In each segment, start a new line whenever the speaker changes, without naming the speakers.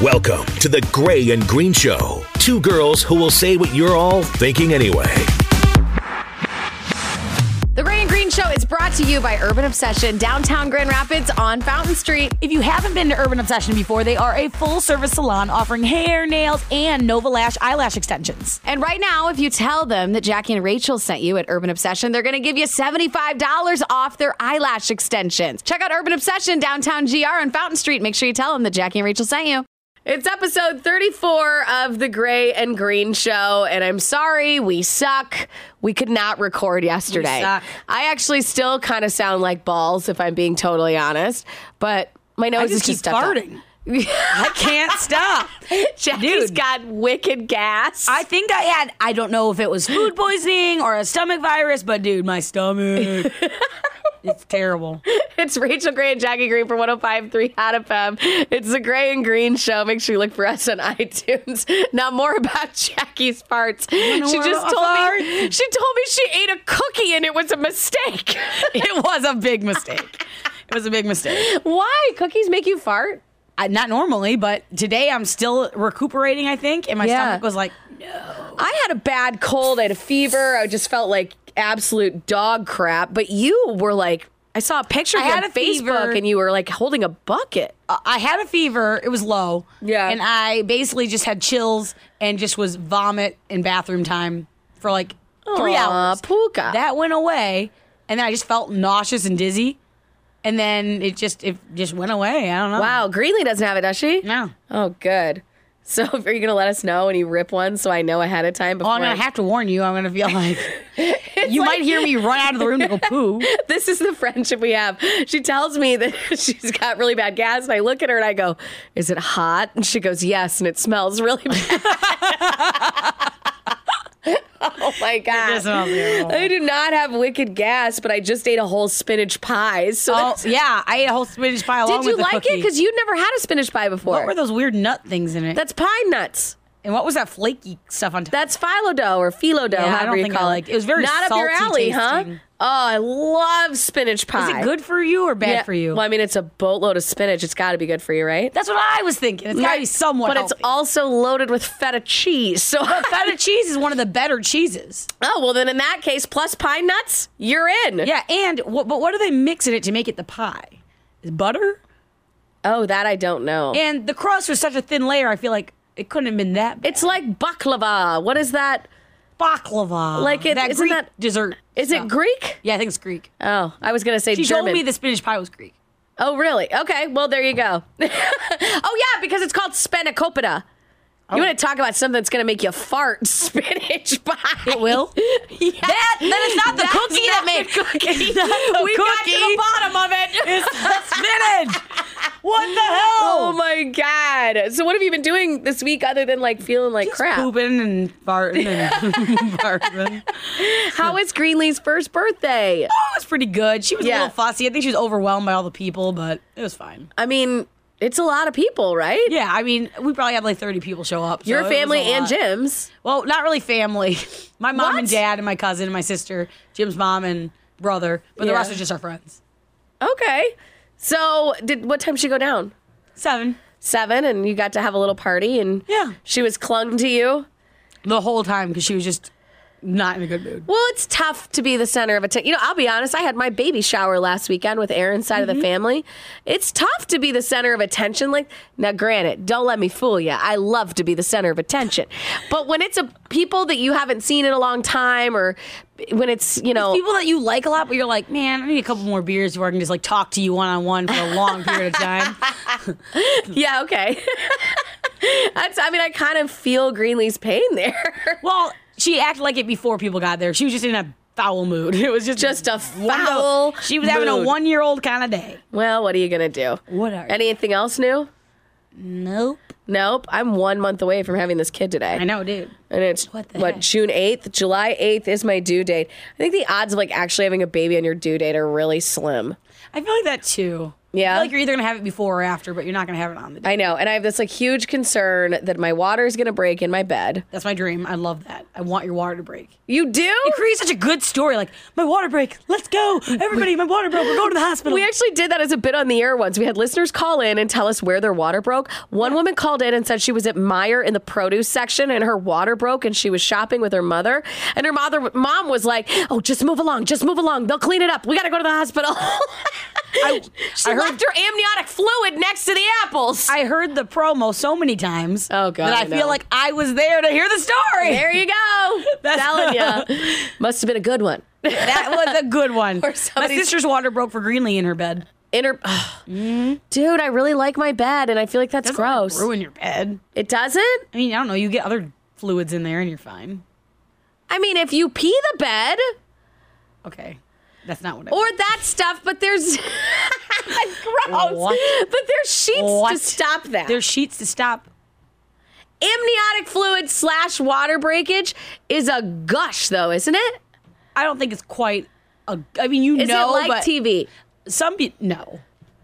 Welcome to the Gray and Green Show. Two girls who will say what you're all thinking anyway.
The Gray and Green Show is brought to you by Urban Obsession, downtown Grand Rapids on Fountain Street.
If you haven't been to Urban Obsession before, they are a full service salon offering hair, nails, and Nova Lash eyelash extensions.
And right now, if you tell them that Jackie and Rachel sent you at Urban Obsession, they're going to give you $75 off their eyelash extensions. Check out Urban Obsession, downtown GR on Fountain Street. Make sure you tell them that Jackie and Rachel sent you. It's episode 34 of The Gray and Green Show, and I'm sorry, we suck. We could not record yesterday.
suck.
I actually still kind of sound like balls, if I'm being totally honest, but my nose
I
is
just keep
just stuffed up.
farting. I can't stop.
Jackie's
Dude.
got wicked gas.
I think I had, I don't know if it was food poisoning or a stomach virus, but dude, my stomach. it's terrible.
it's Rachel Gray and Jackie Green oh for 105.3 Hot FM. It's the Gray and Green Show. Make sure you look for us on iTunes. Now more about Jackie's farts. She
more
just
about
told me. She told me she ate a cookie and it was a mistake.
It was a big mistake. It was a big mistake.
Why cookies make you fart?
I, not normally, but today I'm still recuperating, I think, and my
Yeah.
stomach was like,
I had a bad cold. I had a fever. I just felt like absolute dog crap. But you were like, I saw a picture of
I
you
had
on
a
Facebook
fever.
and you were like holding a bucket.
I had a fever. It was low.
Yeah.
And I basically just had chills and just was vomit in bathroom time for like three
Aw,
hours.
Puka.
That went away, and then I just felt nauseous and dizzy, and then it just it just went away. I don't know.
Wow, Greenlee doesn't have it, does she?
No.
Oh, good. So, are you going to let us know when you rip one so I know ahead of time?
Well,
Before
I'm gonna have to warn you. I'm gonna feel like you
like-
might hear me run out of the room to go poo.
this is the friendship we have. She tells me that she's got really bad gas, and I look at her and I go, "Is it hot?" And she goes, "Yes," and it smells really bad. oh my god!
does smell terrible.
I do not have wicked gas, but I just ate a whole spinach pie. So,
Oh
that's-
yeah, I ate a whole spinach pie along
did you
with the
like it?
cookie.
Because you'd never had a spinach pie before.
what were those weird nut things in it?
That's pine nuts.
and what was that flaky stuff on top?
That's phyllo dough or phyllo dough.
Yeah, I
however
don't
you
think I
call
liked it. It was very
not up your
salty
alley, huh?
tasting.
Oh, I love spinach pie.
Is it good for you or bad
Yeah.
for you?
Well, I mean, it's a boatload of spinach. It's got to be good for you, right?
That's what I was thinking. It's gotta be somewhat.
But
healthy.
it's also loaded with feta cheese. So, oh
feta cheese is one of the better cheeses.
well, then in that case, plus pine nuts, you're in.
Yeah, and what, but what are they mixing it to make it the pie? Is butter?
Oh, that I don't know.
And the crust was such a thin layer. I feel like it couldn't have been that. Bad.
it's like baklava. What is that?
baklava,
Like it-
that
isn't
Greek
that-
dessert.
Is
stuff.
it Greek?
Yeah, I think it's Greek.
Oh, I was gonna say
She
German.
told me the spinach pie was Greek.
oh, really? Okay. Well, there you go. oh yeah, because it's called spanakopita. You
Oh.
want to talk about something that's gonna make you fart? Spinach pie.
It will.
Yeah.
That that is not the
That's
cookie that
not
made
the cookie.
It's not the
We got to the
cookie.
bottom of it.
It's the spinach. what the hell?
Oh my god! So what have you been doing this week other than like feeling like crap?
Pooping and farting and farting.
How is Greenlee's first birthday?
That was pretty good. She was
Yeah.
a little fussy. I think she was overwhelmed by all the people, but it was fine.
I mean, it's a lot of people, right?
Yeah, I mean, we probably had like 30 people show up. so it
Your
was a
family and
lot.
Jim's.
Well, not really family. My mom and
What?
dad and my cousin and my sister, Jim's mom and brother, but the
Yeah.
rest was just our friends.
Okay. So did what time did she go down?
Seven.
Seven, and you got to have a little party, and
Yeah.
she was clung to you.
The whole time because she was just not in a good mood.
Well, it's tough to be the center of attention. You know, I'll be honest. I had my baby shower last weekend with Aaron's side
Mm-hmm.
of the family. It's tough to be the center of attention. Like now, granted, don't let me fool you. I love to be the center of attention, but when it's a people that you haven't seen in a long time, or when it's you know,
People that you like a lot, but you're like, man, I need a couple more beers where I can just like talk to you one on one for a long period of time.
yeah, okay. That's. I mean, I kind of feel Greenlee's pain there.
Well, she acted like it before people got there. She was just in a foul mood. It was just
Just a
one of the-
foul.
She was having a
mood.
one year old kind of day.
Well, what are you gonna do?
What are you-
anything else new?
Nope.
Nope. I'm one month away from having this kid today.
I know, dude.
And it's what,
What the heck?
June 8th? July 8th is my due date. I think the odds of like actually having a baby on your due date are really slim.
I feel like that too. I
Yeah.
feel like you're either gonna have it before or after, but you're not gonna have it on the day.
I know. And I have this like huge concern that my water is going to break in my bed.
That's my dream. I love that. I want your water to break.
You do?
It creates such a good story. Like my water break. Let's go, everybody. My water broke. We're going to the hospital.
We actually did that as a bit on the air once. We had listeners call in and tell us where their water broke. One woman called in and said she was at Meyer in the produce section and her water broke and she was shopping with her mother. And her mother mom was like, "Oh, just move along, just move along. They'll clean it up. We got to go to the hospital." she
I heard-
left her amniotic fluid next to the apples.
I heard the promo so many times.
Oh, God,
That I,
I know.
feel like I was there to hear the story.
there you go.
That's-
Telling you, must have been a good one.
That was a good one. My
somebody's-
sister's water broke for Greenlee in her bed.
Inter- Dude, I really like my bed, and I feel like that's
Mm-hmm. Doesn't, like,
gross.
Ruin your bed.
it doesn't.
I mean, I don't know. You get other fluids in there and you're fine.
I mean, if you pee the bed
Okay. That's not what I
or that stuff, but there's gross.
What?
But there's sheets to
What?
stop that.
There's sheets to stop.
amniotic fluid slash water breakage is a gush, though, isn't it?
I don't think it's quite a. I mean, you
Is
know,
it like
but
TV?
some people no.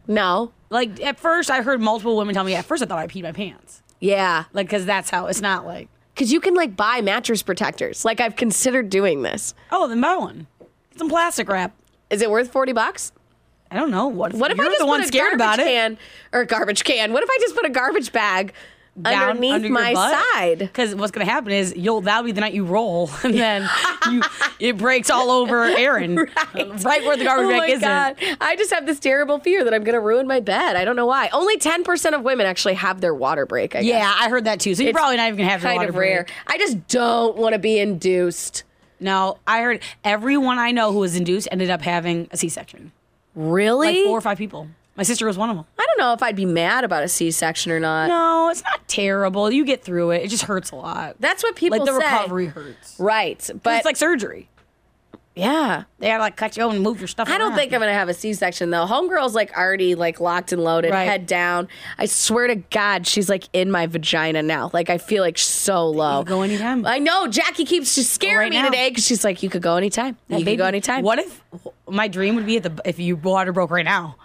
No.
Like at first, I heard multiple women tell me. At first, I thought I peed my pants.
Yeah,
Like because that's how it's not like.
because you can like buy mattress protectors. Like I've considered doing this.
Oh, then buy one. Get some plastic wrap.
Is it worth forty bucks?
I don't know what.
What if
you're
I just
the one
put a
scared
garbage
about it?
can or a garbage can? What if I just put a garbage bag underneath my side?
Because what's going to happen is you'll that'll be the night you roll, and then you, it breaks all over Aaron, right. where the garbage
Oh
bag
my
isn't.
god! I just have this terrible fear that I'm going to ruin my bed. I don't know why. Only ten percent of women actually have their water break. I guess.
Yeah, I heard that too. So you're
It's
probably not even going to have your
kind
water
of rare.
break.
I just don't want to be induced.
No, I heard everyone I know who was induced ended up having a C-section.
Really?
Like four or five people. My sister was one of them.
I don't know if I'd be mad about a C-section or not.
No, it's not terrible. You get through it. It just hurts a lot.
That's what people
like the
say.
recovery hurts.
right? But
it's like surgery.
yeah,
They gotta like cut you and move your stuff.
I don't think I'm gonna have a C-section though. Homegirl's like already like locked and loaded,
Right.
head down. I swear to God, she's like in my vagina now. Like I feel like so low.
could go anytime.
I know. Jackie keeps just scaring
right
me
now.
today because she's like, "You could go anytime. you could go anytime."
What if my dream would be at the if you water broke right now?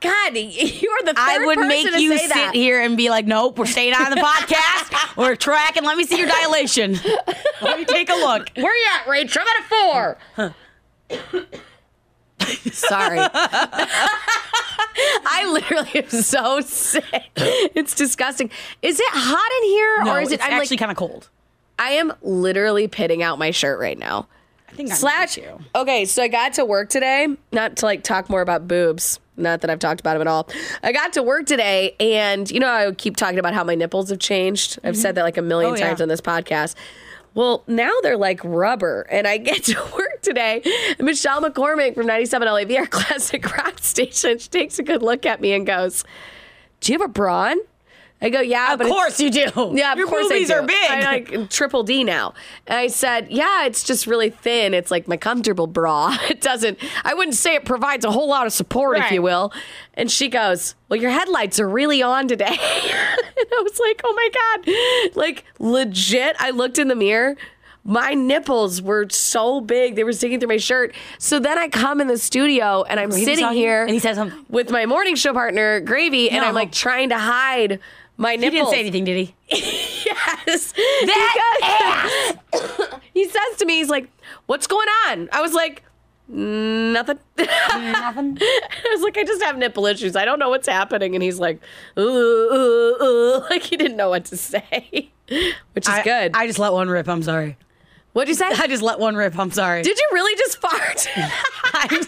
God, you are the third
I would
person
make
to
you
say
sit
that.
here and be like, "Nope, we're staying on the podcast. we're tracking. Let me see your dilation. Let me take a look."
Where you at, Rach? I'm at a four. Sorry. I literally am so sick. It's disgusting. Is it hot in here
No,
or is it
it's
I'm
actually
like,
kind of cold?
I am literally pitting out my shirt right now.
I think I'm
Slash
you.
Okay, so I got to work today, not to like talk more about boobs. Not that I've talked about them at all. I got to work today, and you know, I keep talking about how my nipples have changed. I've said that like a million
Oh, yeah.
times on this podcast. Well, now they're like rubber, and I get to work today. And Michelle McCormick from 97 LAVR Classic Rock Station, she takes a good look at me and goes, Do you have a brawn? I go, Yeah,
Of
but it's-
course you do.
yeah, of
your
course
boobies
I do.
are big.
I like triple D now. And I said, yeah, it's just really thin. It's like my comfortable bra. It doesn't. I wouldn't say it provides a whole lot of support, if
Right.
you will. And she goes, well, your headlights are really on today. and I was like, oh my god, like legit. I looked in the mirror. My nipples were so big; they were sticking through my shirt. So then I come in the studio and I'm
Brady's
sitting
talking,
here,
and he says something.
with my morning show partner Gravy, and
No.
I'm like trying to hide my
he
nipples.
didn't say anything, did he?
Yes. Because- he says to me, he's like, What's going on? I was like, "Mm, Nothing.
Nothing.
I was like, I just have nipple issues. I don't know what's happening. And he's like, ooh, ooh, ooh. Like he didn't know what to say, which is
I,
good.
I just let one rip. I'm sorry.
What'd you say?
I just let one rip. I'm sorry.
Did you really just fart?
I'm,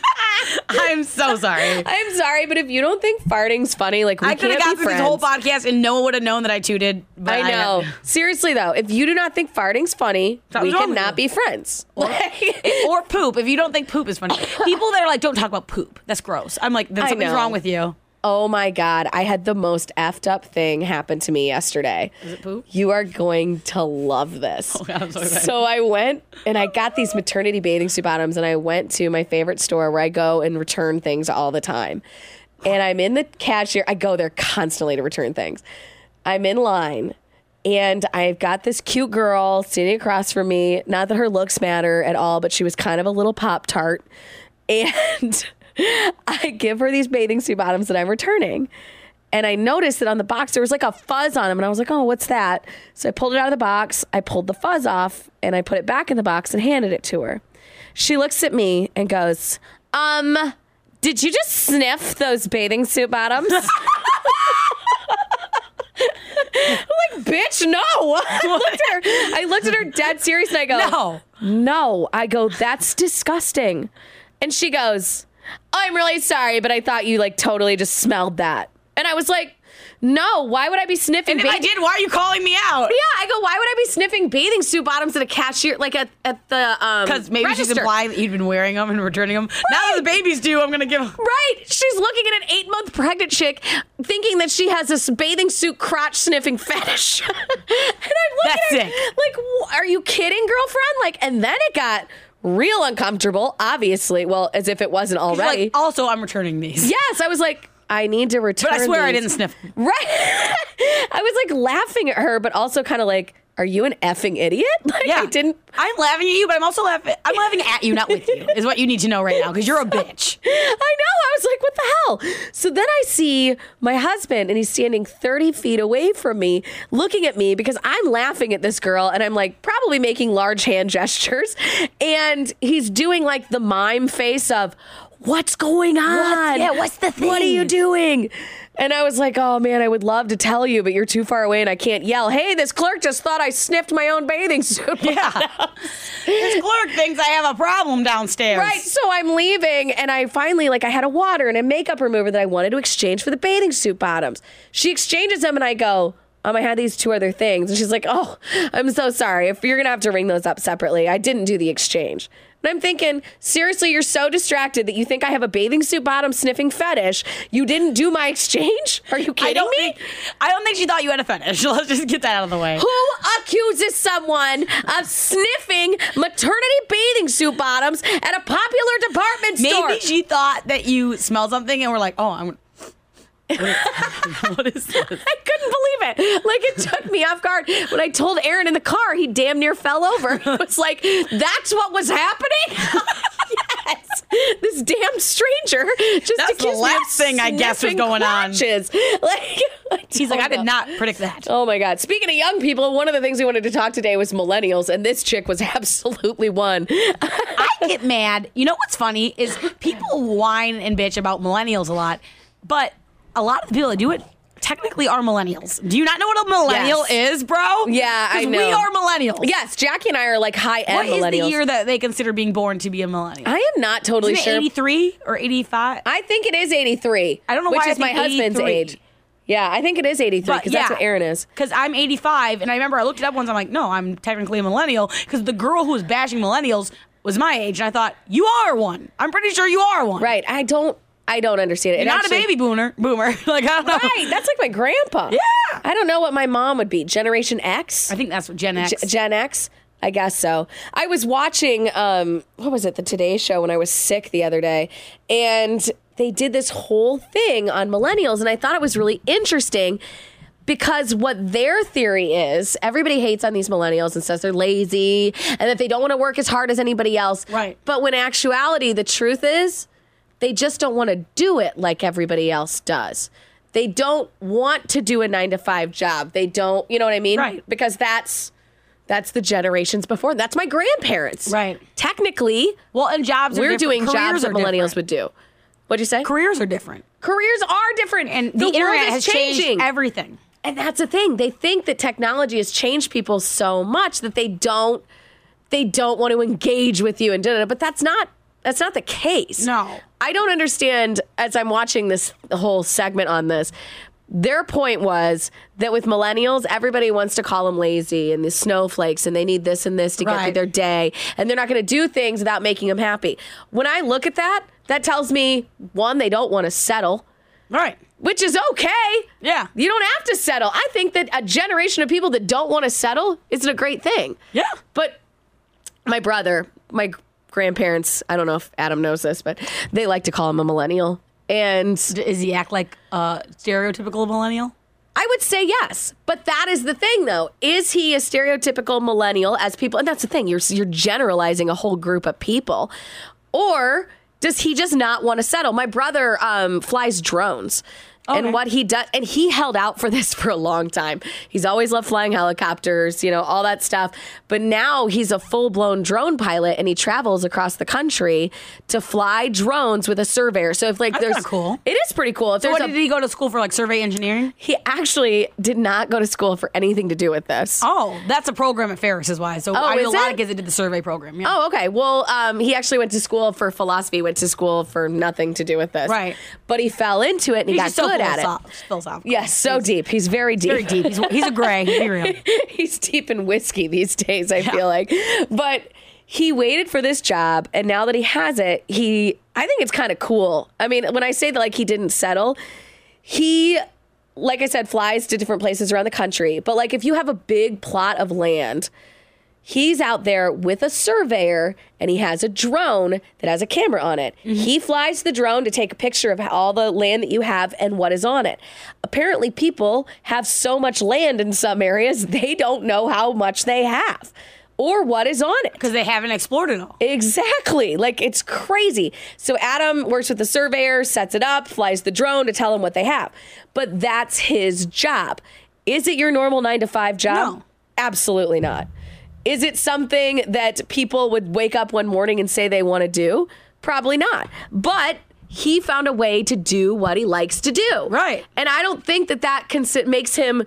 I'm so sorry.
I'm sorry, but if you don't think farting's funny, like we
I could have
can't
got
be
through this whole
friends.
podcast and no one would have known that I tooted. But
I know. Seriously though, if you do not think farting's funny,
Something's
we
wrong with
cannot
you.
be friends.
or poop. If you don't think poop is funny, people that are like, "Don't talk about poop. That's gross." I'm like, "Then
I
something's
know.
wrong with you."
Oh my God. I had the most effed up thing happen to me yesterday. Is
it poop?
You are going to love this.
God, I'm so excited.
so I went and I got these maternity bathing suit bottoms and I went to my favorite store where I go and return things all the time. And I'm in the cashier. I go there constantly to return things. I'm in line and I've got this cute girl standing across from me. Not that her looks matter at all, but she was kind of a little Pop Tart. And I give her these bathing suit bottoms that I'm returning. And I noticed that on the box there was like a fuzz on them. And I was like, oh, what's that? So I pulled it out of the box. I pulled the fuzz off and I put it back in the box and handed it to her. She looks at me and goes, um, did you just sniff those bathing suit bottoms? I'm like, bitch, no. I looked, at her, I looked at her dead serious and I go,
No.
no. I go, that's disgusting. And she goes, I'm really sorry, but I thought you like totally just smelled that. And I was like, no, why would I be sniffing?
And if I
bathing-"
did, why are you calling me out?
Yeah, I go, why would I be sniffing bathing suit bottoms at a cashier, like at, at the um
Because maybe she's
register?"
implying that you'd been wearing them and returning them. Now that the baby's due, I'm gonna give. 'em-
Right. She's looking at an eight month pregnant chick thinking that she has this bathing suit crotch sniffing fetish. and I'm looking
That's
at her,
sick.
like, "Wh- are you kidding, girlfriend? Like, and then it got real uncomfortable, obviously. Well, as if it wasn't
She's like, "Oh."
already.
also, I'm returning these.
yes. I was like, I need to return.
But I swear I
these."
didn't sniff. 'em.
Right. I was like laughing at her, but also kind of like, are you an effing idiot? Like,
Yeah,
I didn't.
I'm laughing at you, but I'm also laughing. I'm laughing at you, not with you. Is what you need to know right now because you're a bitch.
I know. I was like, what the hell? So then I see my husband and he's standing 30 feet away from me, looking at me because I'm laughing at this girl and I'm like probably making large hand gestures. And he's doing like the mime face of, what's going on?
yeah, what's the
What are you
thing?
doing? And I was like, oh man, I would love to tell you, but you're too far away and I can't yell. Hey, this clerk just thought I sniffed my own bathing suit.
Yeah. this clerk thinks I have a problem downstairs.
Right. So I'm leaving, and I finally like I had a water and a makeup remover that I wanted to exchange for the bathing suit bottoms. She exchanges them, and I go. Um, I had these two other things, and she's like, "Oh, I'm so sorry. If you're gonna have to ring those up separately, I didn't do the exchange." And I'm thinking, seriously, you're so distracted that you think I have a bathing suit bottom sniffing fetish. You didn't do my exchange? Are you kidding
I don't
me?
think. I don't think she thought you had a fetish. Let's just get that out of the way.
Who accuses someone of sniffing maternity bathing suit bottoms at a popular department store?
Maybe she thought that you smelled something and were like, "Oh, I'm." what is this?
I couldn't believe it. Like it took me off guard. When I told Aaron in the car, he damn near fell over. He was like, "That's what was happening." yes, this damn stranger just
That's the
accused me of
last thing I guess was
sniffing
going on.
crotches. Like
He's like, I
know.
did not predict that.
Oh my God. Speaking of young people, one of the things we wanted to talk today was millennials, and this chick was absolutely one.
I get mad. You know what's funny is people whine and bitch about millennials a lot, but a lot of the people that do it technically are millennials. Do you not know what a millennial
Yes.
is, bro?
Yeah, I
'Cause We
know.
are millennials.
yes, Jackie and I are like high
What
end
is
millennials.
the year that they consider being born to be a millennial?
I am not totally
Isn't it
sure.
83 or 85?
I think it is 83.
I don't know
which
why I
is my
think
husband's
83.
age. Yeah, I think it is 83 because that's what Aaron is.
Because I'm 85, and I remember I looked it up once. I'm like, no, I'm technically a millennial because the girl who was bashing millennials was my age, and I thought, you are one. I'm pretty sure you are one.
Right. I don't I don't understand it. It
You're not
actually-
a baby boomer. Boomer. like I don't know.
Right. That's like my grandpa.
Yeah.
I don't know what my mom would be. Generation X?
I think that's what Gen X.
G- Gen X? I guess so. I was watching um what was it, the Today show when I was sick the other day and they did this whole thing on millennials and I thought it was really interesting because what their theory is, everybody hates on these millennials and says they're lazy and that they don't want to work as hard as anybody else.
Right.
But when actuality, the truth is they just don't want to do it like everybody else does. They don't want to do a nine to five job. They don't, you know what I mean?
Right.
Because that's that's the generations before. That's my grandparents.
Right.
Technically,
well, and jobs. are
we're
different.
doing jobs
Careers
that
are
millennials
different.
would do. What'd you say?
Careers are different,
Careers are different,
and the,
world
internet
is
has
changing.
changed everything.
And that's the thing. They think that technology has changed people so much that they don't they don't want to engage with you and da da. da. But that's not that's not the case.
No.
I don't understand as I'm watching this whole segment on this. Their point was that with millennials, everybody wants to call them lazy and the snowflakes and they need this and this to get through
Right.
their day and they're not going to do things without making them happy. When I look at that, that tells me one, they don't want to settle
Right.
which is okay.
Yeah.
You don't have to settle. I think that a generation of people that don't want to settle isn't a great thing.
Yeah.
But my brother, my g- grandparents, I don't know if Adam knows this, but they like to call him a millennial. And
Is he act like a stereotypical millennial?
I would say yes. But that is the thing though. Is he a stereotypical millennial as people and that's the thing, you're you're generalizing a whole group of people or Does he just not want to settle? My brother um, flies drones. And what he does, and he held out for this for a long time. He's always loved flying helicopters, you know, all that stuff. But now he's a full blown drone pilot and he travels across the country to fly drones with a surveyor. So if like
That's
there's
kinda cool.
it is pretty cool. If
So
there's
what
a,
did he go to school for? Like survey engineering?
he actually did not go to school for anything to do with this.
Oh, that's a program at Ferris Oh, is why. So I
is
knew a lot
it?
of kids that did the survey program. Yeah.
Oh, okay. Well, um, he actually went to school for philosophy, went to school for nothing to do with this.
Right.
But he fell into it and he got
He's just so
good at it.
philosoph- philosophical.
Yes, so deep. He's very deep.
Very deep. He's, he's a gray. Be real.
he's deep in whiskey these days, I feel like. But he waited for this job and now that he has it, he I think it's kind of cool. I mean, when I say that like he didn't settle, he like I said flies to different places around the country, but like if you have a big plot of land, he's out there with a surveyor and he has a drone that has a camera on it. He flies the drone to take a picture of all the land that you have and what is on it. Apparently, people have so much land in some areas, they don't know how much they have or what is on it.
Because they haven't explored it all.
Exactly. Like it's crazy. So Adam works with the surveyor, sets it up, flies the drone to tell him what they have. But that's his job. Is it your normal nine to five job?
No.
Absolutely not. Is it something that people would wake up one morning and say they want to do? Probably not. But he found a way to do what he likes to do.
Right.
And I don't think that that consi- makes him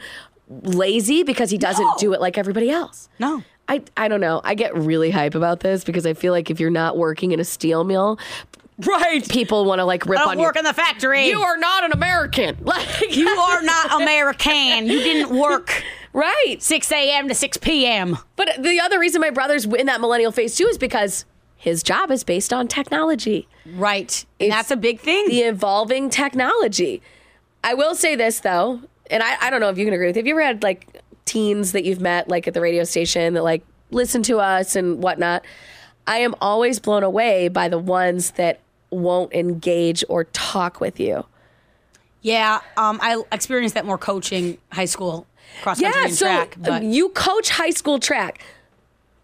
lazy because he doesn't
No.
do it like everybody else.
No.
I, I don't know. I get really hype about this because I feel like if you're not working in a steel mill,
Right.
people want to like rip
I
on
don't work
you.
in the factory.
you are not an American. Like
You are not American. You didn't work
right.
6 a.m. to 6 p.m.
But the other reason my brother's in that millennial phase too is because his job is based on technology.
Right. And
It's
that's a big thing.
the evolving technology. I will say this though, and I, I don't know if you can agree with. Have you ever had like teens that you've met like at the radio station that like listen to us and whatnot? I am always blown away by the ones that won't engage or talk with you.
yeah. Um, I experienced that more coaching high school cross country
Yeah,
and
so
track.
uh,
But
you coach high school track.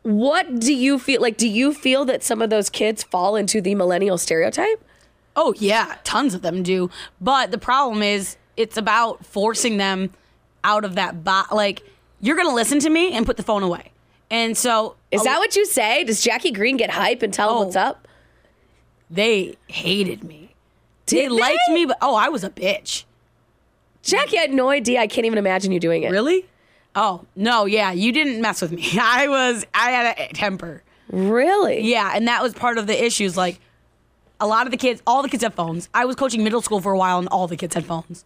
What do you feel like? Do you feel that some of those kids fall into the millennial stereotype?
Oh yeah, tons of them do. But the problem is, it's about forcing them out of that bot. Like you're gonna listen to me and put the phone away. And so
Is
a-
that what you say? Does Jackie Green get hype and tell them
Oh.
what's up?
they hated me?
Did
they liked
they?
me, but oh, I was a bitch.
Jackie had no idea. I can't even imagine you doing it.
Really? Oh no, yeah, you didn't mess with me. I was I had a temper.
Really?
Yeah, and that was part of the issues. Like a lot of the kids, all the kids have phones. I was coaching middle school for a while, and all the kids had phones.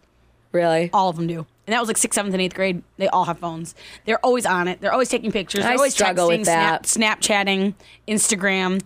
Really?
All of them do. And that was like sixth, seventh, and eighth grade. They all have phones. They're always on it. They're always taking pictures. They're
I
always
struggle
texting,
with that.
Snap, Snapchatting, Instagram.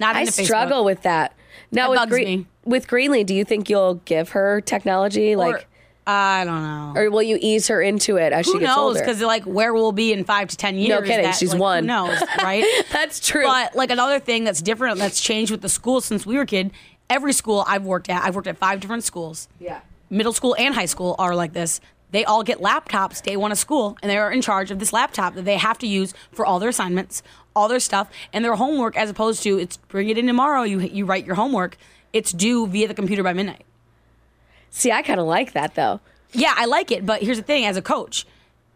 Not
I
into Facebook.
struggle with that. Now
That
with
bugs
Gre-
me.
with Greenlee, do you think you'll give her technology,
Or-
like,
I don't know.
or will you ease her into it as she
Who
gets
knows?
older?
Because like where we'll be in five to ten years.
kidding,
that,
she's
like,
one.
Who knows, right?
that's true.
But like another thing that's different that's changed with the school since we were kid. Every school I've worked at, I've worked at five different schools.
Yeah.
Middle school and high school are like this. They all get laptops day one of school, and they are in charge of this laptop that they have to use for all their assignments, all their stuff, and their homework. As opposed to it's bring it in tomorrow. You you write your homework. It's due via the computer by midnight.
See, I kind of like that though.
Yeah, I like it, but here's the thing: as a coach,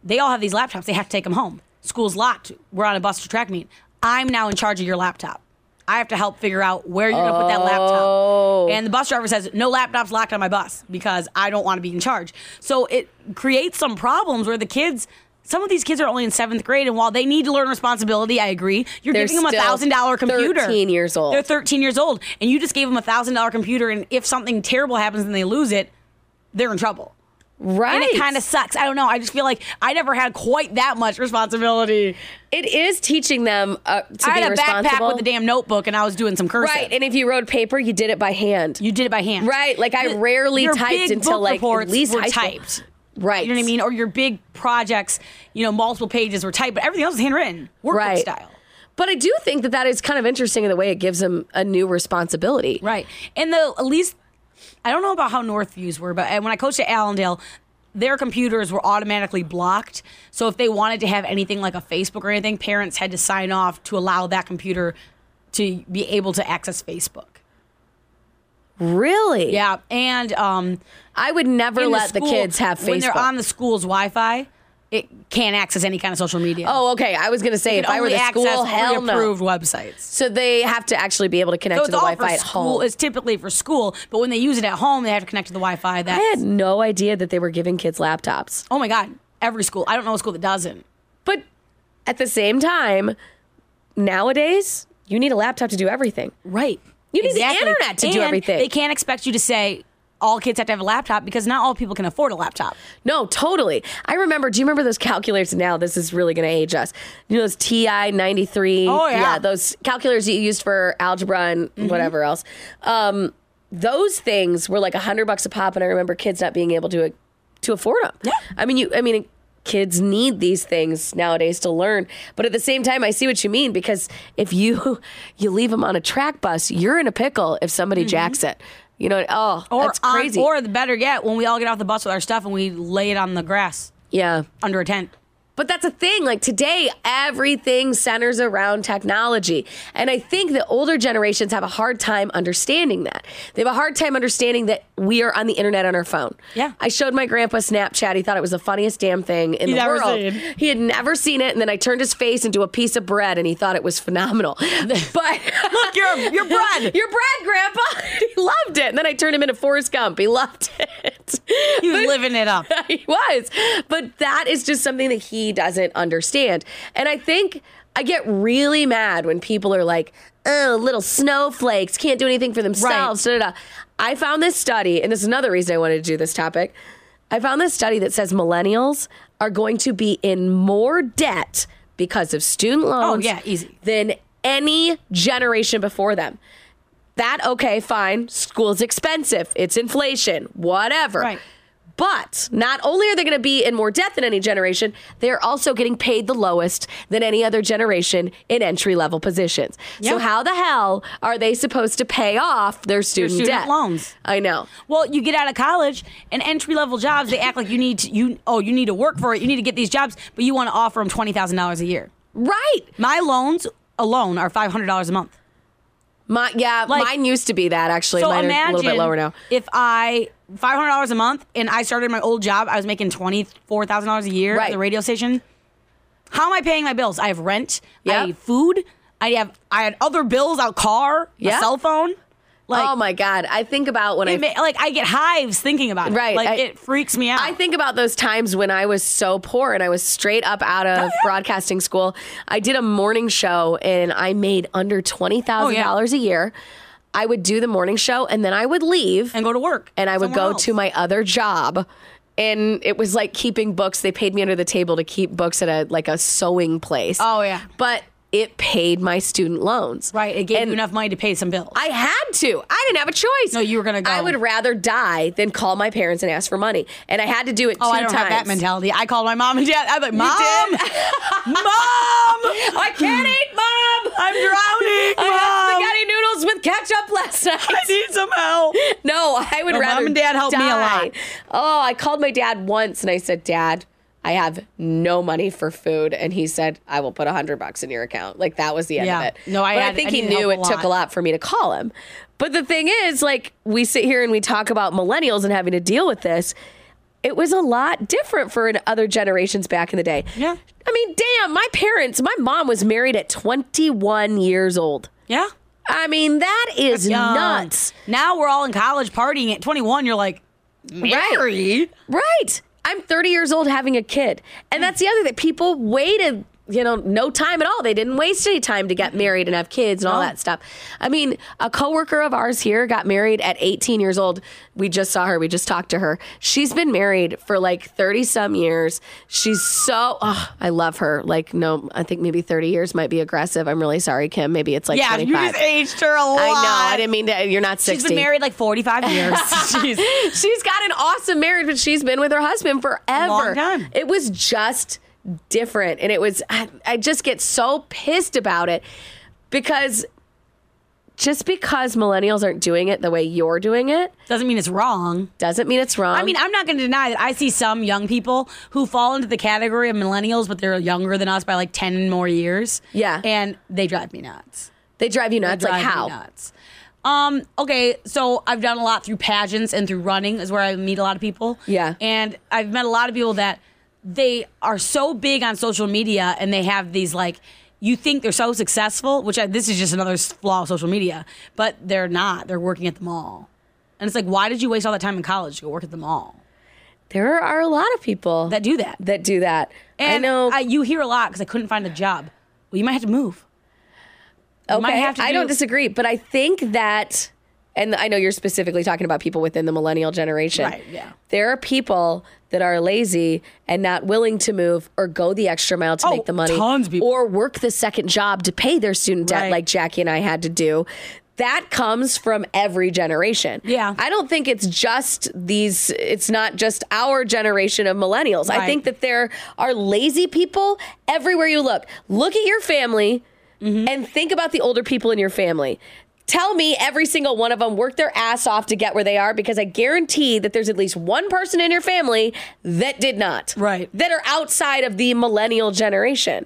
they all have these laptops. They have to take them home. School's locked. We're on a bus to track meet. I'm now in charge of your laptop. I have to help figure out where you're gonna put that
Oh.
laptop. And the bus driver says, "No laptops locked on my bus because I don't want to be in charge." So it creates some problems where the kids. Some of these kids are only in seventh grade, and while they need to learn responsibility, I agree. You're
They're
giving them a
still
thousand dollar computer.
13 years old.
They're 13 years old, and you just gave them a thousand dollar computer. And if something terrible happens and they lose it, they're in trouble.
Right.
And it kind of sucks. I don't know. I just feel like I never had quite that much responsibility.
it is teaching them uh, to
I
be
had a
responsible.
backpack with a damn notebook and I was doing some cursive.
right, and if you wrote paper, you did it by hand.
you did it by hand.
Right, like, I rarely
your
typed
big
until,
book
like, at
reports
least
were
high school.
typed.
right.
You know what I mean? Or your big projects, you know, multiple pages were typed, but everything else was handwritten, workbook
Right.
style.
But I do think that that is kind of interesting in the way it gives them a new responsibility.
Right. And the at least I don't know about how Northviews were, but uh, when I coached at Allendale, their computers were automatically blocked. So if they wanted to have anything like a Facebook or anything, parents had to sign off to allow that computer to be able to access Facebook.
Really?
Yeah, and um,
I would never
in
let the
school-
kids have Facebook.
when they're on the school's Wi-Fi. It can't access any kind of social media.
oh, okay. I was going to say
It
if I were
only
the school,
access
hell no.
pre-approved websites.
So they have to actually be able to connect
So
to
it's
the
all
Wi-Fi
for
at
school.
home.
It's typically for school, but when they use it at home, they have to connect to the Wi-Fi.
I had
That
no idea that they were giving kids laptops.
oh my god, every school. I don't know a school that doesn't.
But at the same time, nowadays, you need a laptop to do everything.
Right.
You need the internet to do
And
everything.
They can't expect you to say all kids have to have a laptop because not all people can afford a laptop.
No, totally. I remember, do you remember those calculators? Now, this is really going to age us. You know, those TI 93?
Oh, yeah. Mm-hmm.
Those calculators that you used for algebra and whatever else. Um, those things were like a 100 bucks a pop, and I remember kids not being able to, uh, to afford them. Yeah. I mean, you, I mean, kids need these things nowadays to learn but at the same time i see what you mean because if you you leave them on a track bus you're in a pickle if somebody jacks it you know oh
Mm-hmm. Or
that's
on-
crazy
or the better yet, when we all get off the bus with our stuff and we lay it on the grass
yeah
under a tent.
But that's a thing. Like today, everything centers around technology. And I think the older generations have a hard time understanding that. They have a hard time understanding that we are on the internet on our phone.
Yeah.
I showed my grandpa Snapchat. He thought it was the funniest damn thing in
He'd
the
ever
world.
seen.
He had never seen it. And then I turned his face into a piece of bread and he thought it was phenomenal. But
Look, you're you're bread.
Your bread, Grandpa. He loved it. And then I turned him into Forrest Gump. He loved it.
He was living it up.
he was. But that is just something that he doesn't understand. And I think I get really mad when people are like, oh, little snowflakes can't do anything for themselves. Da, da, da. I found this study, and this is another reason I wanted to do this topic. I found this study that says millennials are going to be in more debt because of student loans
Oh, yeah, easy.
than any generation before them. That, okay, fine. School's expensive, it's inflation, whatever.
Right.
But not only are they going to be in more debt than any generation, they're also getting paid the lowest than any other generation in entry level positions. So,
Yeah.
how the hell are they supposed to pay off their student,
student
debt?
loans.
I know.
Well, you get out of college and entry level jobs, they act like you need to, you oh you need to work for it. You need to get these jobs, but you want to offer them twenty thousand dollars a year.
Right.
My loans alone are five hundred dollars a month.
My, yeah,
Like-
mine used to be that actually.
So
mine
imagine
are a little bit lower now.
if I five hundred dollars a month and I started my old job, I was making twenty four thousand dollars a year
Right.
at the radio station. How am I paying my bills? I have rent. I
Yep.
have food. I have I had other bills, out car,
Yeah.
a cell phone. Like
oh my God. I think about when I
it ma- like I get hives thinking about it.
Right,
Like
I-
it freaks me out.
I think about those times when I was so poor and I was straight up out
Oh,
of broadcasting school. I did a morning show and I made under twenty thousand
Oh,
dollars a year. I would do the morning show and then I would leave
and go to work.
and I would
somewhere
go
else.
to my other job. And it was like keeping books. They paid me under the table to keep books at a like a sewing place.
Oh, yeah.
But it paid my student loans.
Right. It gave
And
you enough money to pay some bills.
I had to. I didn't have a choice.
No, you were gonna go.
I would rather die than call my parents and ask for money. And I had to do it
oh,
two
I don't have that
times.
mentality. I called my mom and dad. I'm like, Mom,
did?
Mom,
I can't eat, mom.
I'm drowning.
I had
Mom.
spaghetti noodles with ketchup last
I
night.
need some help.
No, I would
No,
rather.
Mom and Dad helped me a
die.
lot.
Oh, I called my dad once and I said, Dad, I have no money for food, and he said, I will put a hundred bucks in your account. Like that was the end
Yeah.
of it.
No, I
but I
had-
think
I
he
needed
knew it
help a
took a
lot.
lot for me to call him. But the thing is, like we sit here and we talk about millennials and having to deal with this. It was a lot different for in other generations back in the day.
Yeah.
I mean, damn, my parents, my mom was married at 21 years old.
Yeah.
I mean, that is
Young.
nuts.
Now we're all in college partying at 21. You're like, married?
Right. I'm 30 years old having a kid. And that's the other thing. People waited, you know, no time at all. They didn't waste any time to get married and have kids and all
No.
that stuff. I mean, a coworker of ours here got married at 18 years old. We just saw her. We just talked to her. She's been married for like 30 some years. She's so, oh, I love her. Like, no, I think maybe 30 years might be aggressive. I'm really sorry, Kim. Maybe it's like
Yeah,
25.
you just aged her a lot.
I know. I didn't mean to. You're not 60.
She's been married like 45 years. Jeez.
She's got an awesome marriage, but she's been with her husband forever.
Long time.
It was just different. And it was, I, I just get so pissed about it because just because millennials aren't doing it the way you're doing it
Doesn't mean it's wrong.
doesn't mean it's wrong.
I mean, I'm not going to deny that I see some young people who fall into the category of millennials, but they're younger than us by like 10 more years.
Yeah.
And they drive me nuts.
they drive you nuts. like,
Drive
how?
Me nuts. Um, okay, so I've done a lot through pageants and through running is where I meet a lot of people.
Yeah.
And I've met a lot of people that they are so big on social media and they have these like you think they're so successful, which I, this is just another s- flaw of social media, but they're not. They're working at the mall. And it's like, why did you waste all that time in college to go work at the mall?
There are a lot of people
That do that.
that do that.
And
I know.
you hear a lot because I couldn't find a job. Well, you might have to move.
okay,
might have to
I don't
do-
disagree, but I think that, and I know you're specifically talking about people within the millennial generation.
Right, yeah.
There are people that are lazy and not willing to move or go the extra mile to
Oh,
make the money,
tons of people.
or work the second job to pay their student debt,
Right.
like Jackie and I had to do. That comes from every generation.
Yeah.
I don't think it's just these, it's not just our generation of millennials. I
Right.
think that there are lazy people everywhere you look. Look at your family
Mm-hmm.
and think about the older people in your family. Tell me every single one of them worked their ass off to get where they are because I guarantee that there's at least one person in your family that did not.
Right.
That are outside of the millennial generation.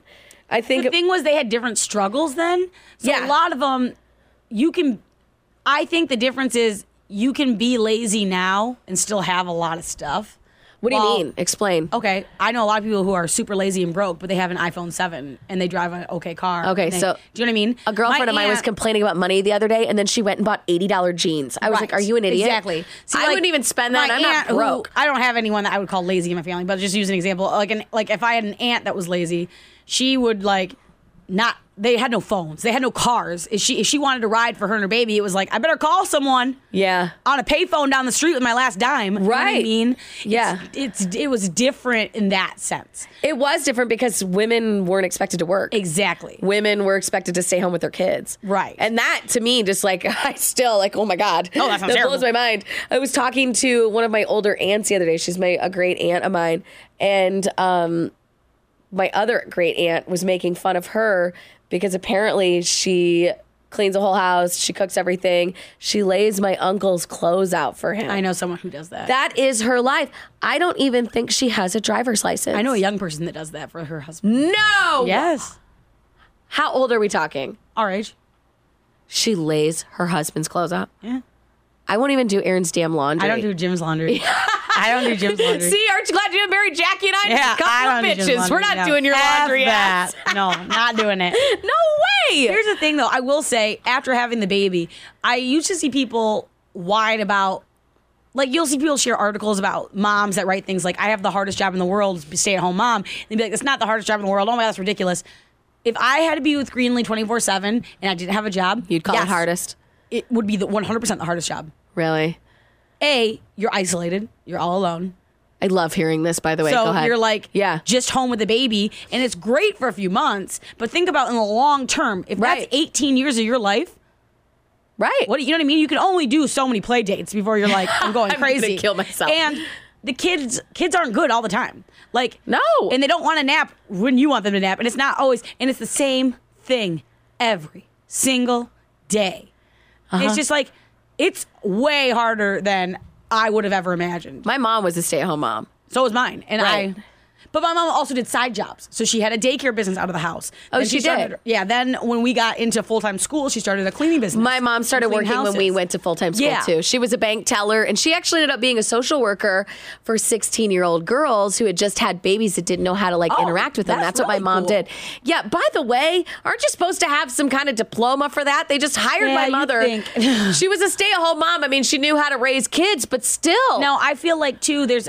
I think
the thing was they had different struggles then. So
Yeah.
a lot of them, you can. I think the difference is you can be lazy now and still have a lot of stuff.
What do you
Well,
mean? Explain.
Okay, I know a lot of people who are super lazy and broke, but they have an iPhone seven and they drive an okay car.
Okay,
and they-
so-
do you know what I mean?
A girlfriend
My
of mine was
aunt-
complaining about money the other day, and then she went and bought eighty dollars jeans. I was like,
Right.
"Are you an idiot?"
Exactly. See,
I
like,
wouldn't even spend that. and
my
I'm not
aunt who-
broke.
I don't have anyone that I would call lazy in my family, but just use an example. Like, an, like if I had an aunt that was lazy, she would like not. They had no phones. They had no cars. If she if she wanted to ride for her and her baby, it was like I better call someone
yeah.
on a payphone down the street with my last dime. You know what I
Right.
mean,
Yeah.
It's, it's it was different in that sense.
It was different because women weren't expected to work.
Exactly.
Women were expected to stay home with their kids.
Right.
And that to me, just like, I still, like, oh my God.
Oh, that sounds
blows
terrible.
my mind. I was talking to one of my older aunts the other day. She's my a great aunt of mine. And um, my other great aunt was making fun of her because apparently she cleans the whole house, she cooks everything, she lays my uncle's clothes out for him.
I know someone who does that.
That is her life. I don't even think she has a driver's license.
I know a young person that does that for her husband.
No.
Yes.
How old are we talking?
Our age.
She lays her husband's clothes out.
Yeah.
I won't even do Aaron's damn laundry.
I don't do Jim's laundry. I don't do Jim's laundry.
See, aren't you glad you didn't marry Jackie and I?
Yeah,
couple
I
of
don't do Jim's
bitches.
laundry,
We're not
no.
doing your
F
laundry
that.
ass.
No, not doing it.
No way.
Here's the thing, though. I will say, after having the baby, I used to see people whine about. Like you'll see people share articles about moms that write things like "I have the hardest job in the world, stay at home mom," and they'd be like, "It's not the hardest job in the world." Oh my, that's ridiculous. If I had to be with Greenlee twenty four seven and I didn't have a job,
You'd call
yes,
it hardest.
It would be the one hundred percent the hardest job.
Really?
A, you're isolated, you're all alone.
I love hearing this, by the way. Go
So
ahead.
you're like,
yeah.
just home with a baby, and it's great for a few months. But think about in the long term, if
Right.
that's 18 years of your life,
right.
what do you know what I mean? You can only do so many play dates before you're like, I'm going
I'm gonna
crazy,
kill myself.
And the kids, kids aren't good all the time. Like
No.
and they don't want to nap when you want them to nap, and it's not always, and it's the same thing every single day.
Uh-huh.
It's just like it's way harder than I would have ever imagined.
My mom was a stay at home mom.
So was mine. And
Right.
I but my mom also did side jobs. So she had a daycare business out of the house.
Oh,
Then
she did.
started- Yeah. Then when we got into full time school, she started a cleaning business.
My mom started
Clean
working when we
houses.
went to full time school
Yeah.
too. She was a bank teller and she actually ended up being a social worker for 16 year old girls who had just had babies that didn't know how to like
Oh,
interact with them. That's,
that's
what my
really
mom
cool.
did. Yeah, by the way, aren't you supposed to have some kind of diploma for that? They just hired
Yeah,
my
you'd
mother.
think.
she was a stay at home mom. I mean, she knew how to raise kids, but still.
Now I feel like too there's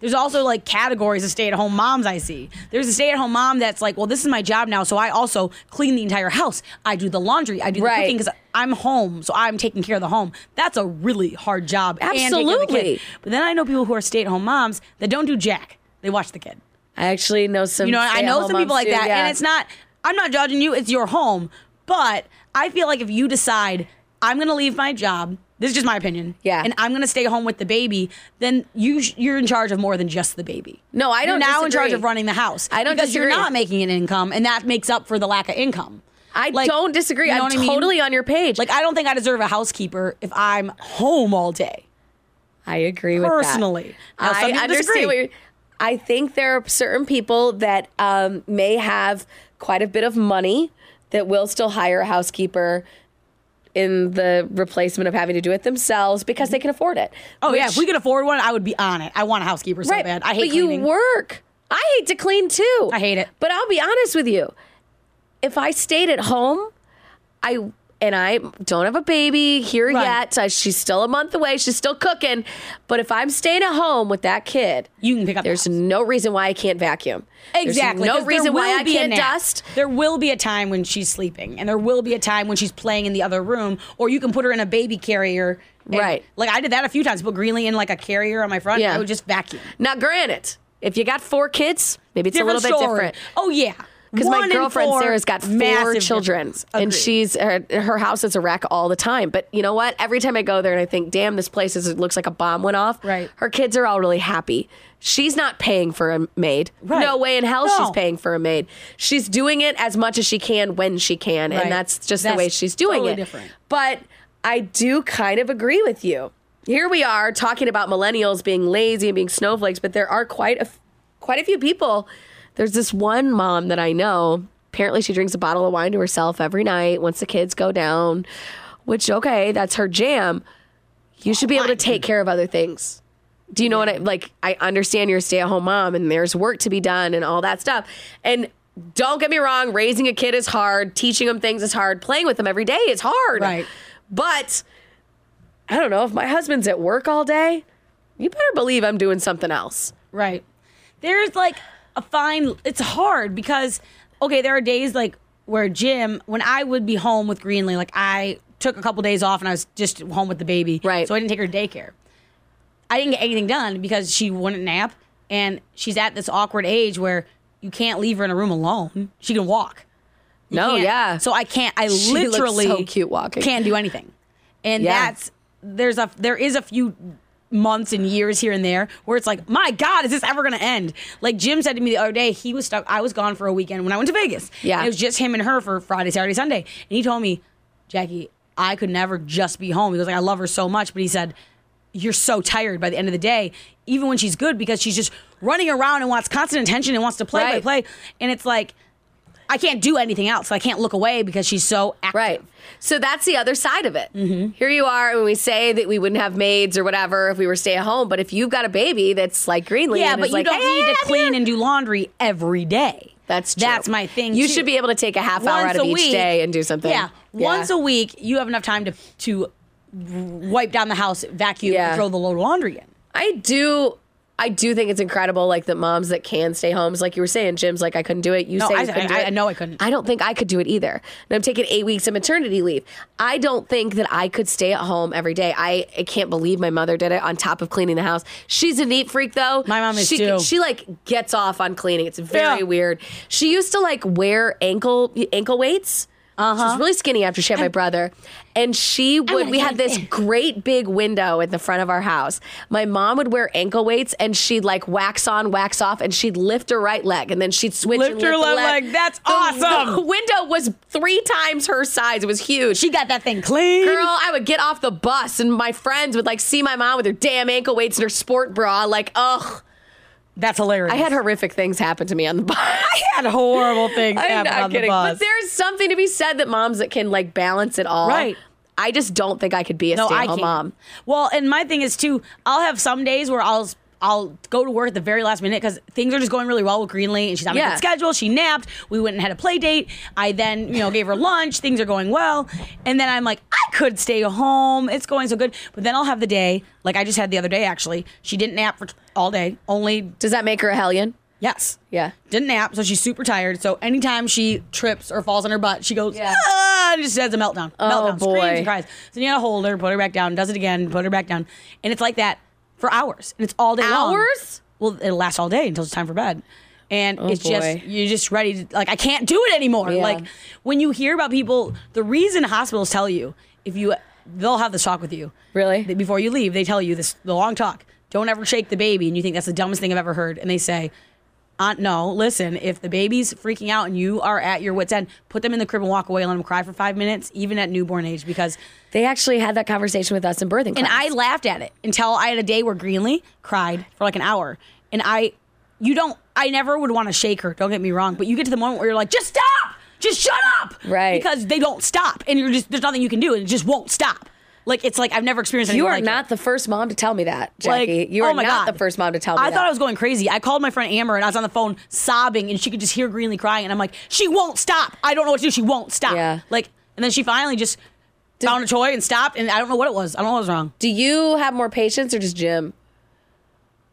there's also like categories of stay at home moms I see. There's a stay at home mom that's like, well, this is my job now, so I also clean the entire house. I do the laundry, I do the
Right.
cooking because I'm home, so I'm taking care of the home. That's a really hard job. and taking care of the kid.
Absolutely.
But then I know people who are stay at home moms that don't do jack. They watch the kid.
I actually know some.
You know, I know
stay-at-home
some people
moms,
like
too,
that,
yeah.
and it's not. I'm not judging you. It's your home, but I feel like if you decide I'm going to leave my job, this is just my opinion.
Yeah.
and I'm going to stay home with the baby. Then you sh- you're in charge of more than just the baby.
No, I
You're
don't
now in charge
disagree.
of running the house.
I don't
because you're
disagree.
not making an income, and that makes up for the lack of income.
I
Like,
don't disagree.
you know
I'm
what I mean?
totally on your page.
Like I don't think I deserve a housekeeper if I'm home all day.
I agree with
Personally.
that.
Now, some
I
people
understand
disagree.
what you're- I think there are certain people that um, may have quite a bit of money that will still hire a housekeeper in the replacement of having to do it themselves because they can afford it.
Oh yeah,
which-
if we could afford one, I would be on it. I want a housekeeper so bad. I
but
hate cleaning.
you work. I hate to clean too.
I hate it.
But I'll be honest with you. If I stayed at home, I and I don't have a baby here
Right.
yet. I, she's still a month away. She's still cooking. But if I'm staying at home with that kid,
You can pick up the
There's
house.
no reason why I can't vacuum. There's
Exactly. 'cause
no
there
reason why
will
I
be a
can't
nap.
dust.
There will be a time when she's sleeping, and there will be a time when she's playing in the other room, or you can put her in a baby carrier. and-
Right.
Like I did that a few times. Put Greeley in like a carrier on my front.
Yeah.
I would just vacuum.
Now, granted, if you got four kids, maybe it's a
Different
little bit
story.
different.
Oh yeah.
Because my
One in
girlfriend
four,
Sarah's got four
massive
children,
difference.
and
Agreed.
she's her, her house is a wreck all the time. But you know what? Every time I go there and I think, damn, this place is it looks like a bomb went off.
Right.
Her kids are all really happy. She's not paying for a maid.
Right.
No way in hell
No.
she's paying for a maid. She's doing it as much as she can when she can,
Right.
and that's just the
That's
way she's doing
totally
it.
different.
But I do kind of agree with you. Here we are talking about millennials being lazy and being snowflakes, but there are quite a quite a few people. There's this one mom that I know. Apparently, she drinks a bottle of wine to herself every night once the kids go down, which okay, that's her jam. You should be able to take care of other things. Do you know what I like? I understand you're a stay at home mom and there's work to be done and all that stuff. And don't get me wrong, raising a kid is hard, teaching them things is hard, playing with them every day is hard.
Right.
But I don't know if my husband's at work all day, you better believe I'm doing something else.
Right. There's like a fine. It's hard because okay, there are days like where Jim, when I would be home with Greenlee, like I took a couple days off and I was just home with the baby.
Right.
So I didn't take her to daycare. I didn't get anything done because she wouldn't nap, and she's at this awkward age where you can't leave her in a room alone. She can walk. You
No,
can't-
yeah.
So I can't. I
She looks
literally
so cute walking.
Can't do anything, and
Yeah.
that's there's a there is a few months and years here and there where it's like, my God, is this ever going to end? Like Jim said to me the other day, he was stuck. I was gone for a weekend when I went to Vegas.
Yeah.
And it was just him and her for Friday, Saturday, Sunday, and he told me, Jackie, I could never just be home. He was like, I love her so much, but he said. You're so tired by the end of the day, even when she's good, because she's just running around and wants constant attention and wants to play,
Right.
play, play. And it's like, I can't do anything else. I can't look away because she's so active.
Right. So that's the other side of it.
Mm-hmm.
Here you are, when we say that we wouldn't have maids or whatever if we were stay at home, but if you've got a baby that's like Greenlee,
Yeah,
and
but
is
you
like,
don't
"Hey,
need to
I'm
clean
gonna-"
and do laundry every day.
That's true.
That's my thing.
You
too.
should be able to take a half hour out
Once
of
a
each
week-
day and do something.
Yeah, once a week, you have enough time to to wipe down the house, vacuum,
Yeah.
and throw the load of laundry in.
I do. I do think it's incredible, like the moms that can stay homes, like you were saying, Jim's like I couldn't do it. You
No,
say
I-
you couldn't do
I-
it.
I know I couldn't.
I don't think I could do it either. And I'm taking eight weeks of maternity leave. I don't think that I could stay at home every day. I, I can't believe my mother did it. On top of cleaning the house, she's a neat freak though.
My mom is
she,
too.
She like gets off on cleaning. It's very
Yeah.
weird. She used to like wear ankle ankle weights. Uh-huh. She was really skinny after she had my brother, and she would.
gonna
We
get
had
it
this
in.
great big window at the front of our house. My mom would wear ankle weights and she'd like wax on, wax off, and she'd lift her right leg and then she'd switch
Lift
and
her
lift the
left
leg.
leg. That's
The- The
awesome.
window was three times her size. It was huge.
She got that thing clean.
Girl, I would get off the bus and my friends would like see my mom with her damn ankle weights and her sport bra. Like, ugh.
That's hilarious.
I had horrific things happen to me on the bus.
had horrible things
I'm
happen
not
on
kidding.
the bus.
But there's something to be said that moms that can like balance it all.
Right.
I just don't think I could be a
no, I
stay-at-home
can't.
mom.
Well, and my thing is too. I'll have some days where I'll I'll go to work at the very last minute because things are just going really well with Greenlee, and she's on
Yeah.
a good schedule. She napped. We went and had a play date. I then you know gave her lunch. Things are going well, and then I'm like, I could stay home. It's going so good. But then I'll have the day like I just had the other day. Actually, she didn't nap for t- all day. Only
Does that make her a hellion?
yes,
Yeah.
didn't nap, so she's super tired. So anytime she trips or falls on her butt, she goes
Yeah. Oh,
ah, and just has a meltdown. meltdown,
boy.
screams and cries. So you gotta hold her, put her back down, does it again, put her back down, and it's like that for hours, and it's all day long.
Hours? Oh,
Well, it'll last all day until it's time for bed, and it's
boy.
just you're just ready to like I can't do it anymore.
Yeah.
Like when you hear about people, the reason hospitals tell you if you they'll have this talk with you
Really?
They- before you leave, they tell you this the long talk. Don't ever shake the baby, and you think that's the dumbest thing I've ever heard. And they say, Aunt, no, listen, if the baby's freaking out and you are at your wits' end, put them in the crib and walk away and let them cry for five minutes, even at newborn age, because
They actually had that conversation with us in birthing
and
class.
I laughed at it until I had a day where Greenlee cried for like an hour. And I, you don't, I never would want to shake her. Don't get me wrong, but you get to the moment where you're like, just stop, just shut up.
Right.
Because they don't stop, and you're just there's nothing you can do, and it just won't stop. Like it's like I've never experienced.
You are
anything like
not
it.
the first mom to tell me that,
Like,
Jackie. you are
oh my
not
God.
the first mom to tell me
I
that.
thought I was going crazy. I called my friend Amber and I was on the phone sobbing and she could just hear Greenlee crying and I'm like, she won't stop. I don't know what to do. She won't stop.
Yeah.
Like, and then she finally just found a toy and stopped and I don't know what it was. I don't know what was wrong.
Do you have more patience or just Jim?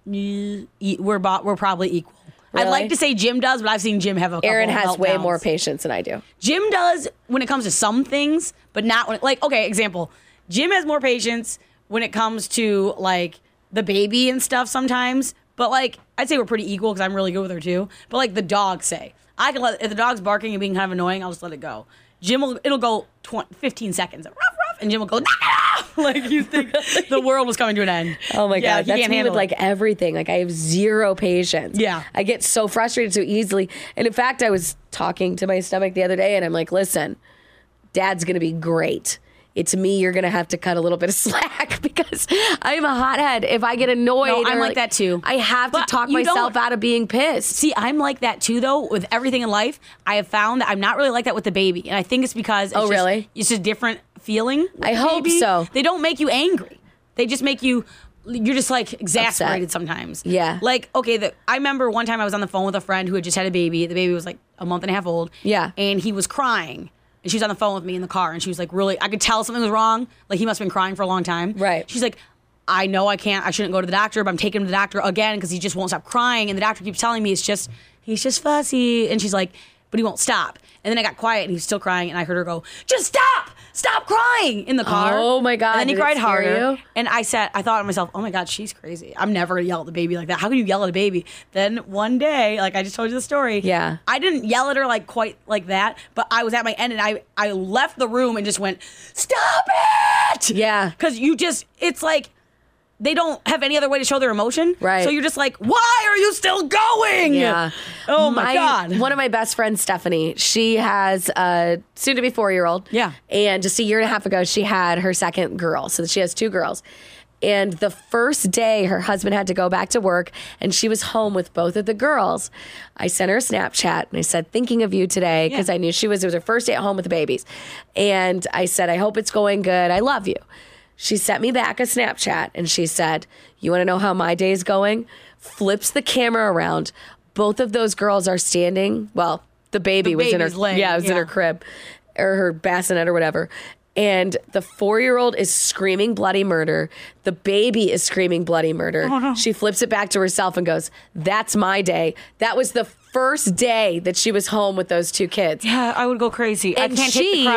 E- We're bo- we're probably equal. I'd
Really?
like to say Jim does, but I've seen Jim have a. couple
Aaron has way
meltdowns.
more patience than I do.
Jim does when it comes to some things, but not when like okay, example. Jim has more patience when it comes to like the baby and stuff sometimes, but like I'd say we're pretty equal because I'm really good with her too. But like the dog, say I can let if the dog's barking and being kind of annoying, I'll just let it go. Jim will it'll go 20, 15 seconds, ruff ruff, and Jim will go knock it off like you think the world was coming to an end.
Oh my
yeah,
god,
he
that's
can't
me
handle
with
it.
like everything. Like I have zero patience.
Yeah.
I get so frustrated so easily. And in fact, I was talking to my stomach the other day, and I'm like, "Listen, Dad's gonna be great. It's me. You're gonna have to cut a little bit of slack because I'm a hothead. If I get annoyed,
No, I'm
or,
like that too.
I have to
But
talk
you don't-
myself out of being pissed.
See, I'm like that too, though. With everything in life, I have found that I'm not really like that with the baby, and I think it's because it's
Oh,
just-
really?
It's just a different feeling. with
I
the
hope
baby.
so.
They don't make you angry. They just make you. You're just like exasperated sometimes.
Yeah.
Like okay, the, I remember one time I was on the phone with a friend who had just had a baby. The baby was like a month and a half old.
Yeah.
And he was crying. And she was on the phone with me in the car, and she was like, "Really, I could tell something was wrong. Like he must have been crying for a long time."
Right.
She's like, I know I can't, I shouldn't go to the doctor, but I'm taking him to the doctor again because he just won't stop crying. And the doctor keeps telling me it's just, he's just fussy. And she's like, but he won't stop. And then I got quiet and he was still crying. And I heard her go, just stop, stop crying in the car.
Oh my God,
And then he
did it
cried
scare
harder.
you?
And I said, I thought to myself, oh my God, she's crazy. I'm never going to yell at the baby like that. How can you yell at a baby? Then one day, like I just told you the story.
Yeah.
I didn't yell at her like quite like that, but I was at my end and I, I left the room and just went, stop it.
Yeah.
Because you just, it's like they don't have any other way to show their emotion.
Right.
So you're just like, why are you still going?
Yeah.
Oh my, God.
One of my best friends, Stephanie, she has a soon to be four year old.
Yeah.
And just a year and a half ago, she had her second girl. So she has two girls. And the first day her husband had to go back to work and she was home with both of the girls, I sent her a Snapchat and I said, thinking of you today, because
Yeah.
I knew she was, it was her first day at home with the babies. And I said, I hope it's going good. I love you. She sent me back a Snapchat and she said, You want to know how my day is going? Flips the camera around. Both of those girls are standing. Well, the baby
The
was in her
baby's laying,
yeah, it was in her
yeah.
crib or her bassinet or whatever. And the four year old is screaming bloody murder. The baby is screaming bloody murder.
Oh,
She flips it back to herself and goes, That's my day. That was the first day that she was home with those two kids.
Yeah, I would go crazy.
And she,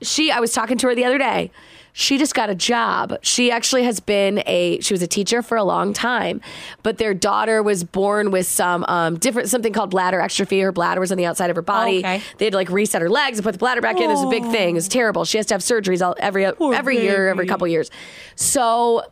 She, I was talking to her the other day. She just got a job. She actually has been a she was a teacher for a long time, but their daughter was born with some um, different something called bladder extrophy. Her bladder was on the outside of her body.
Okay.
They had to like reset her legs and put the bladder back in. It was a big thing. It was terrible. She has to have surgeries all, every every year, every couple years. So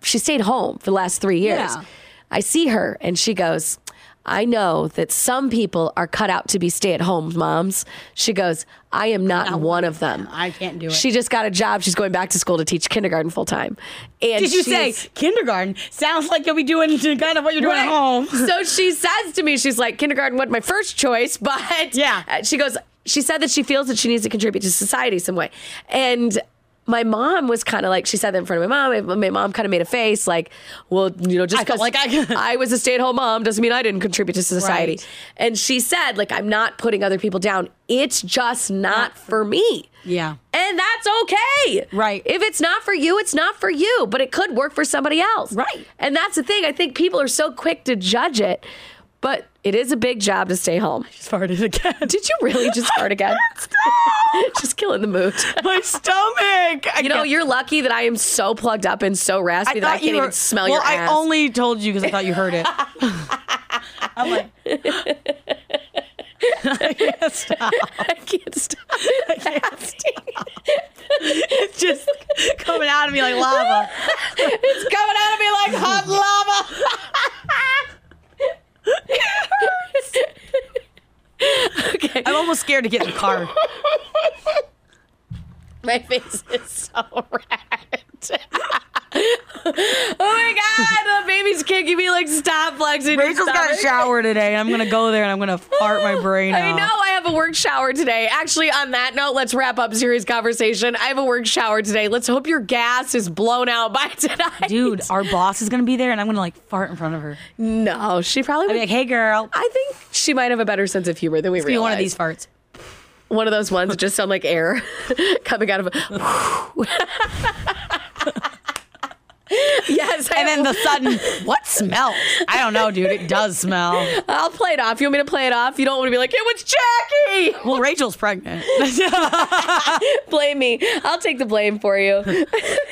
she stayed home for the last three years.
Yeah.
I see her and she goes, I know that some people are cut out to be stay at home moms. She goes, I am not, one of them.
I can't do it.
She just got a job. She's going back to school to teach kindergarten full time. And
Did you say
she's-
kindergarten? Sounds like you'll be doing kind of what you're doing at home.
so she says to me, she's like, kindergarten wasn't my first choice, but
Yeah.
Uh, She goes, she said that she feels that she needs to contribute to society some way. And my mom was kind of like, she said that in front of my mom. and My mom kind of made a face like, well, you know, just
I felt
because
like I-
I was a stay at home mom doesn't mean I didn't contribute to society.
Right.
And she said, like, I'm not putting other people down. It's just not for me.
Yeah.
And that's okay.
Right.
If it's not for you, it's not for you, but it could work for somebody else.
Right.
And that's the thing. I think people are so quick to judge it, but it is a big job to stay home.
Just farted again.
Did you really just fart again? just killing the mood.
My stomach. I
You know,
can't-
you're lucky that I am so plugged up and so raspy that I
thought
can't
you
even
were-
smell
well,
your ass.
I only told you because I thought you heard it. I'm like, I can't stop.
I can't stop.
I can't stop. It's just coming out of me like lava.
It's coming out of me like hot lava.
I'm almost scared to get in the car.
Oh My face is so red. oh my god, the baby's kicking me like stop flexing.
Rachel's
stop
got a
it."
shower today. and I'm gonna go there and I'm gonna fart my brain
Oh, I
out.
know I have a a work shower today. Actually, on that note, let's wrap up serious conversation. I have a work shower today. Let's hope your gas is blown out by tonight.
Dude, our boss is gonna be there, and I'm gonna like fart in front of her.
no, she probably
I'll
would.
be like, "Hey, girl,
I think she might have a better sense of humor than we
be
realize.
one of these farts."
One of those ones that just sound like air coming out of. a... yes, I
And then the sudden, what smells? I don't know, dude. It does smell.
I'll play it off. You want me to play it off? You don't want to be like, it was Jackie.
Well, Rachel's pregnant.
Blame me. I'll take the blame for you.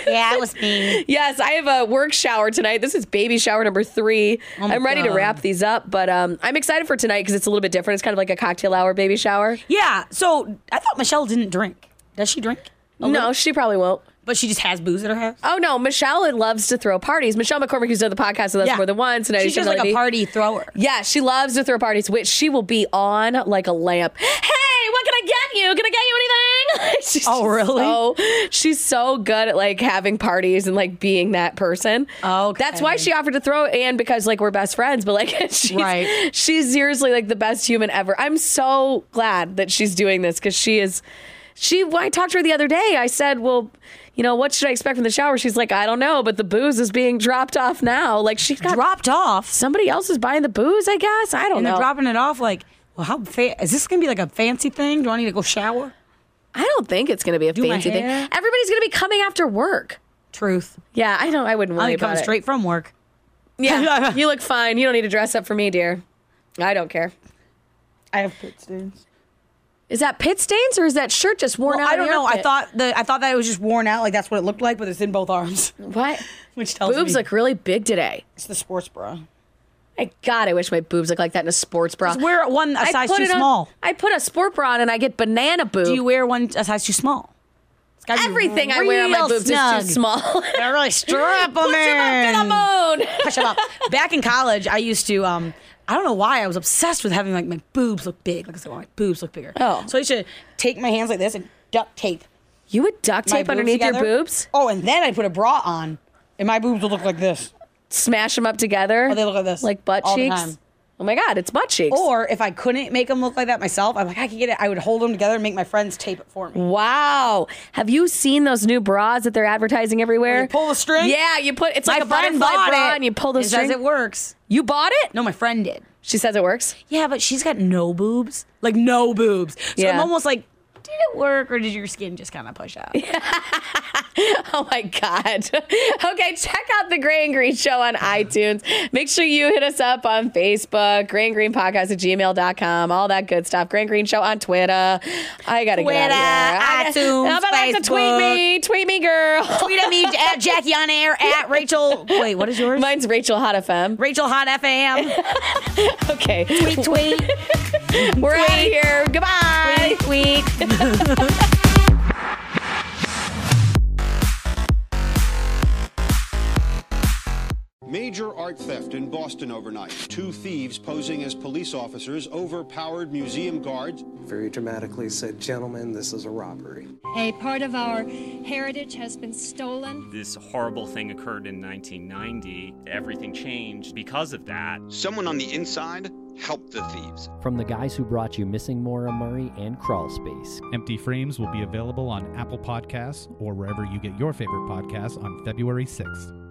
yeah, it was me.
yes, I have a work shower tonight. This is baby shower number three.
Oh my
I'm ready to
God.
wrap these up, but um, I'm excited for tonight because it's a little bit different. It's kind of like a cocktail hour baby shower.
Yeah. So I thought Michelle didn't drink. Does she drink?
no, she probably won't.
But she just has booze at her house.
Oh no, Michelle loves to throw parties. Michelle McCormick, who's done the podcast with us more than once, and I
she's
should
just like
really
a
be-
party thrower.
Yeah, she loves to throw parties, which she will be on like a lamp. Hey, what can I get you? Can I get you anything? she's
Oh,
just
really?
So, she's so good at like having parties and like being that person.
Okay.
that's why she offered to throw it, and because like we're best friends. But like, she's,
Right.
she's seriously like the best human ever. I'm so glad that she's doing this because she is. She, when I talked to her the other day, I said, "Well, you know, what should I expect from the shower?" She's like, "I don't know, but the booze is being dropped off now." Like she got
Dropped off.
somebody else is buying the booze, I guess. I don't
and
know.
they're dropping it off like well how fa- is this gonna be like a fancy thing do i need to go shower
I don't think it's going to be a
my
fancy thing.
hair.
Everybody's going to be coming after work.
truth
Yeah, I don't. I wouldn't worry
i'm
about
coming
it.
straight from work
Yeah, you look fine. You don't need to dress up for me, dear. I don't care.
i have pit stains
Is that pit stains or is that shirt just worn
well,
out?
i
of
don't
your
know i
outfit?
thought the i thought that it was just worn out like that's what it looked like but it's in both arms
what
which tells
boobs
me
look really big today.
it's the sports bra
My God, I wish my boobs look like that in a sports bra.
Just wear one a
I
size
put
too
it on-
small
I put a sport bra on and I get banana boob.
do you wear one a size too small It's gotta be
Everything I wear on my
real
boobs
snug.
is too small.
Gotta really strap them
Put your mouth to
in.
the moon.
Push 'em up. Back in college, I used to. Um, I don't know why I was obsessed with having like my boobs look big. Like I said, well, my boobs look bigger.
Oh.
so I used to take my hands like this and duct tape
You would duct
my
tape
boobs
underneath your
together.
boobs,
Oh, and then I put a bra on, and my boobs would look like this.
smash them up together.
Or Oh, they look like this
like butt
all the
cheeks.
time.
Oh my God, it's butt cheeks.
Or if I couldn't make them look like that myself, I'm like I could get it. I would hold them together and make my friends tape it for me.
Wow. Have you seen those new bras that they're advertising everywhere?
Where you pull the string?
Yeah, you put it's like a
friend
butterfly
bought
bra
it.
and you pull the
It says
string.
it works.
you bought it?
No, my friend did.
She says it works.
Yeah, but she's got no boobs. Like no boobs. So
Yeah.
I'm almost like, did it work or did your skin just kind of push out?
Oh my God. okay, check out the Gray and Green Show on iTunes. Make sure you hit us up on Facebook, Gray and Green Podcast at gmail.com, all that good stuff. Gray and Green Show on Twitter. I gotta get out of
Twitter,
here. I
iTunes,
How about I have to tweet
Facebook.
me? Tweet me, girl.
tweet at me at uh, Jackie on air at Rachel. Wait, what is yours?
Mine's Rachel Hot FM.
Rachel Hot FAM.
Okay.
Tweet, tweet,
We're out of here. Goodbye.
tweet, tweet.
Major art theft in Boston overnight. Two thieves posing as police officers overpowered museum guards.
very dramatically said, Gentlemen, this is a robbery.
A part of our heritage has been stolen.
This horrible thing occurred in 1990. Everything changed because of that.
Someone on the inside helped the thieves.
From the guys who brought you Missing Maura Murray and Crawl Space.
Empty Frames will be available on Apple Podcasts or wherever you get your favorite podcasts on February 6th.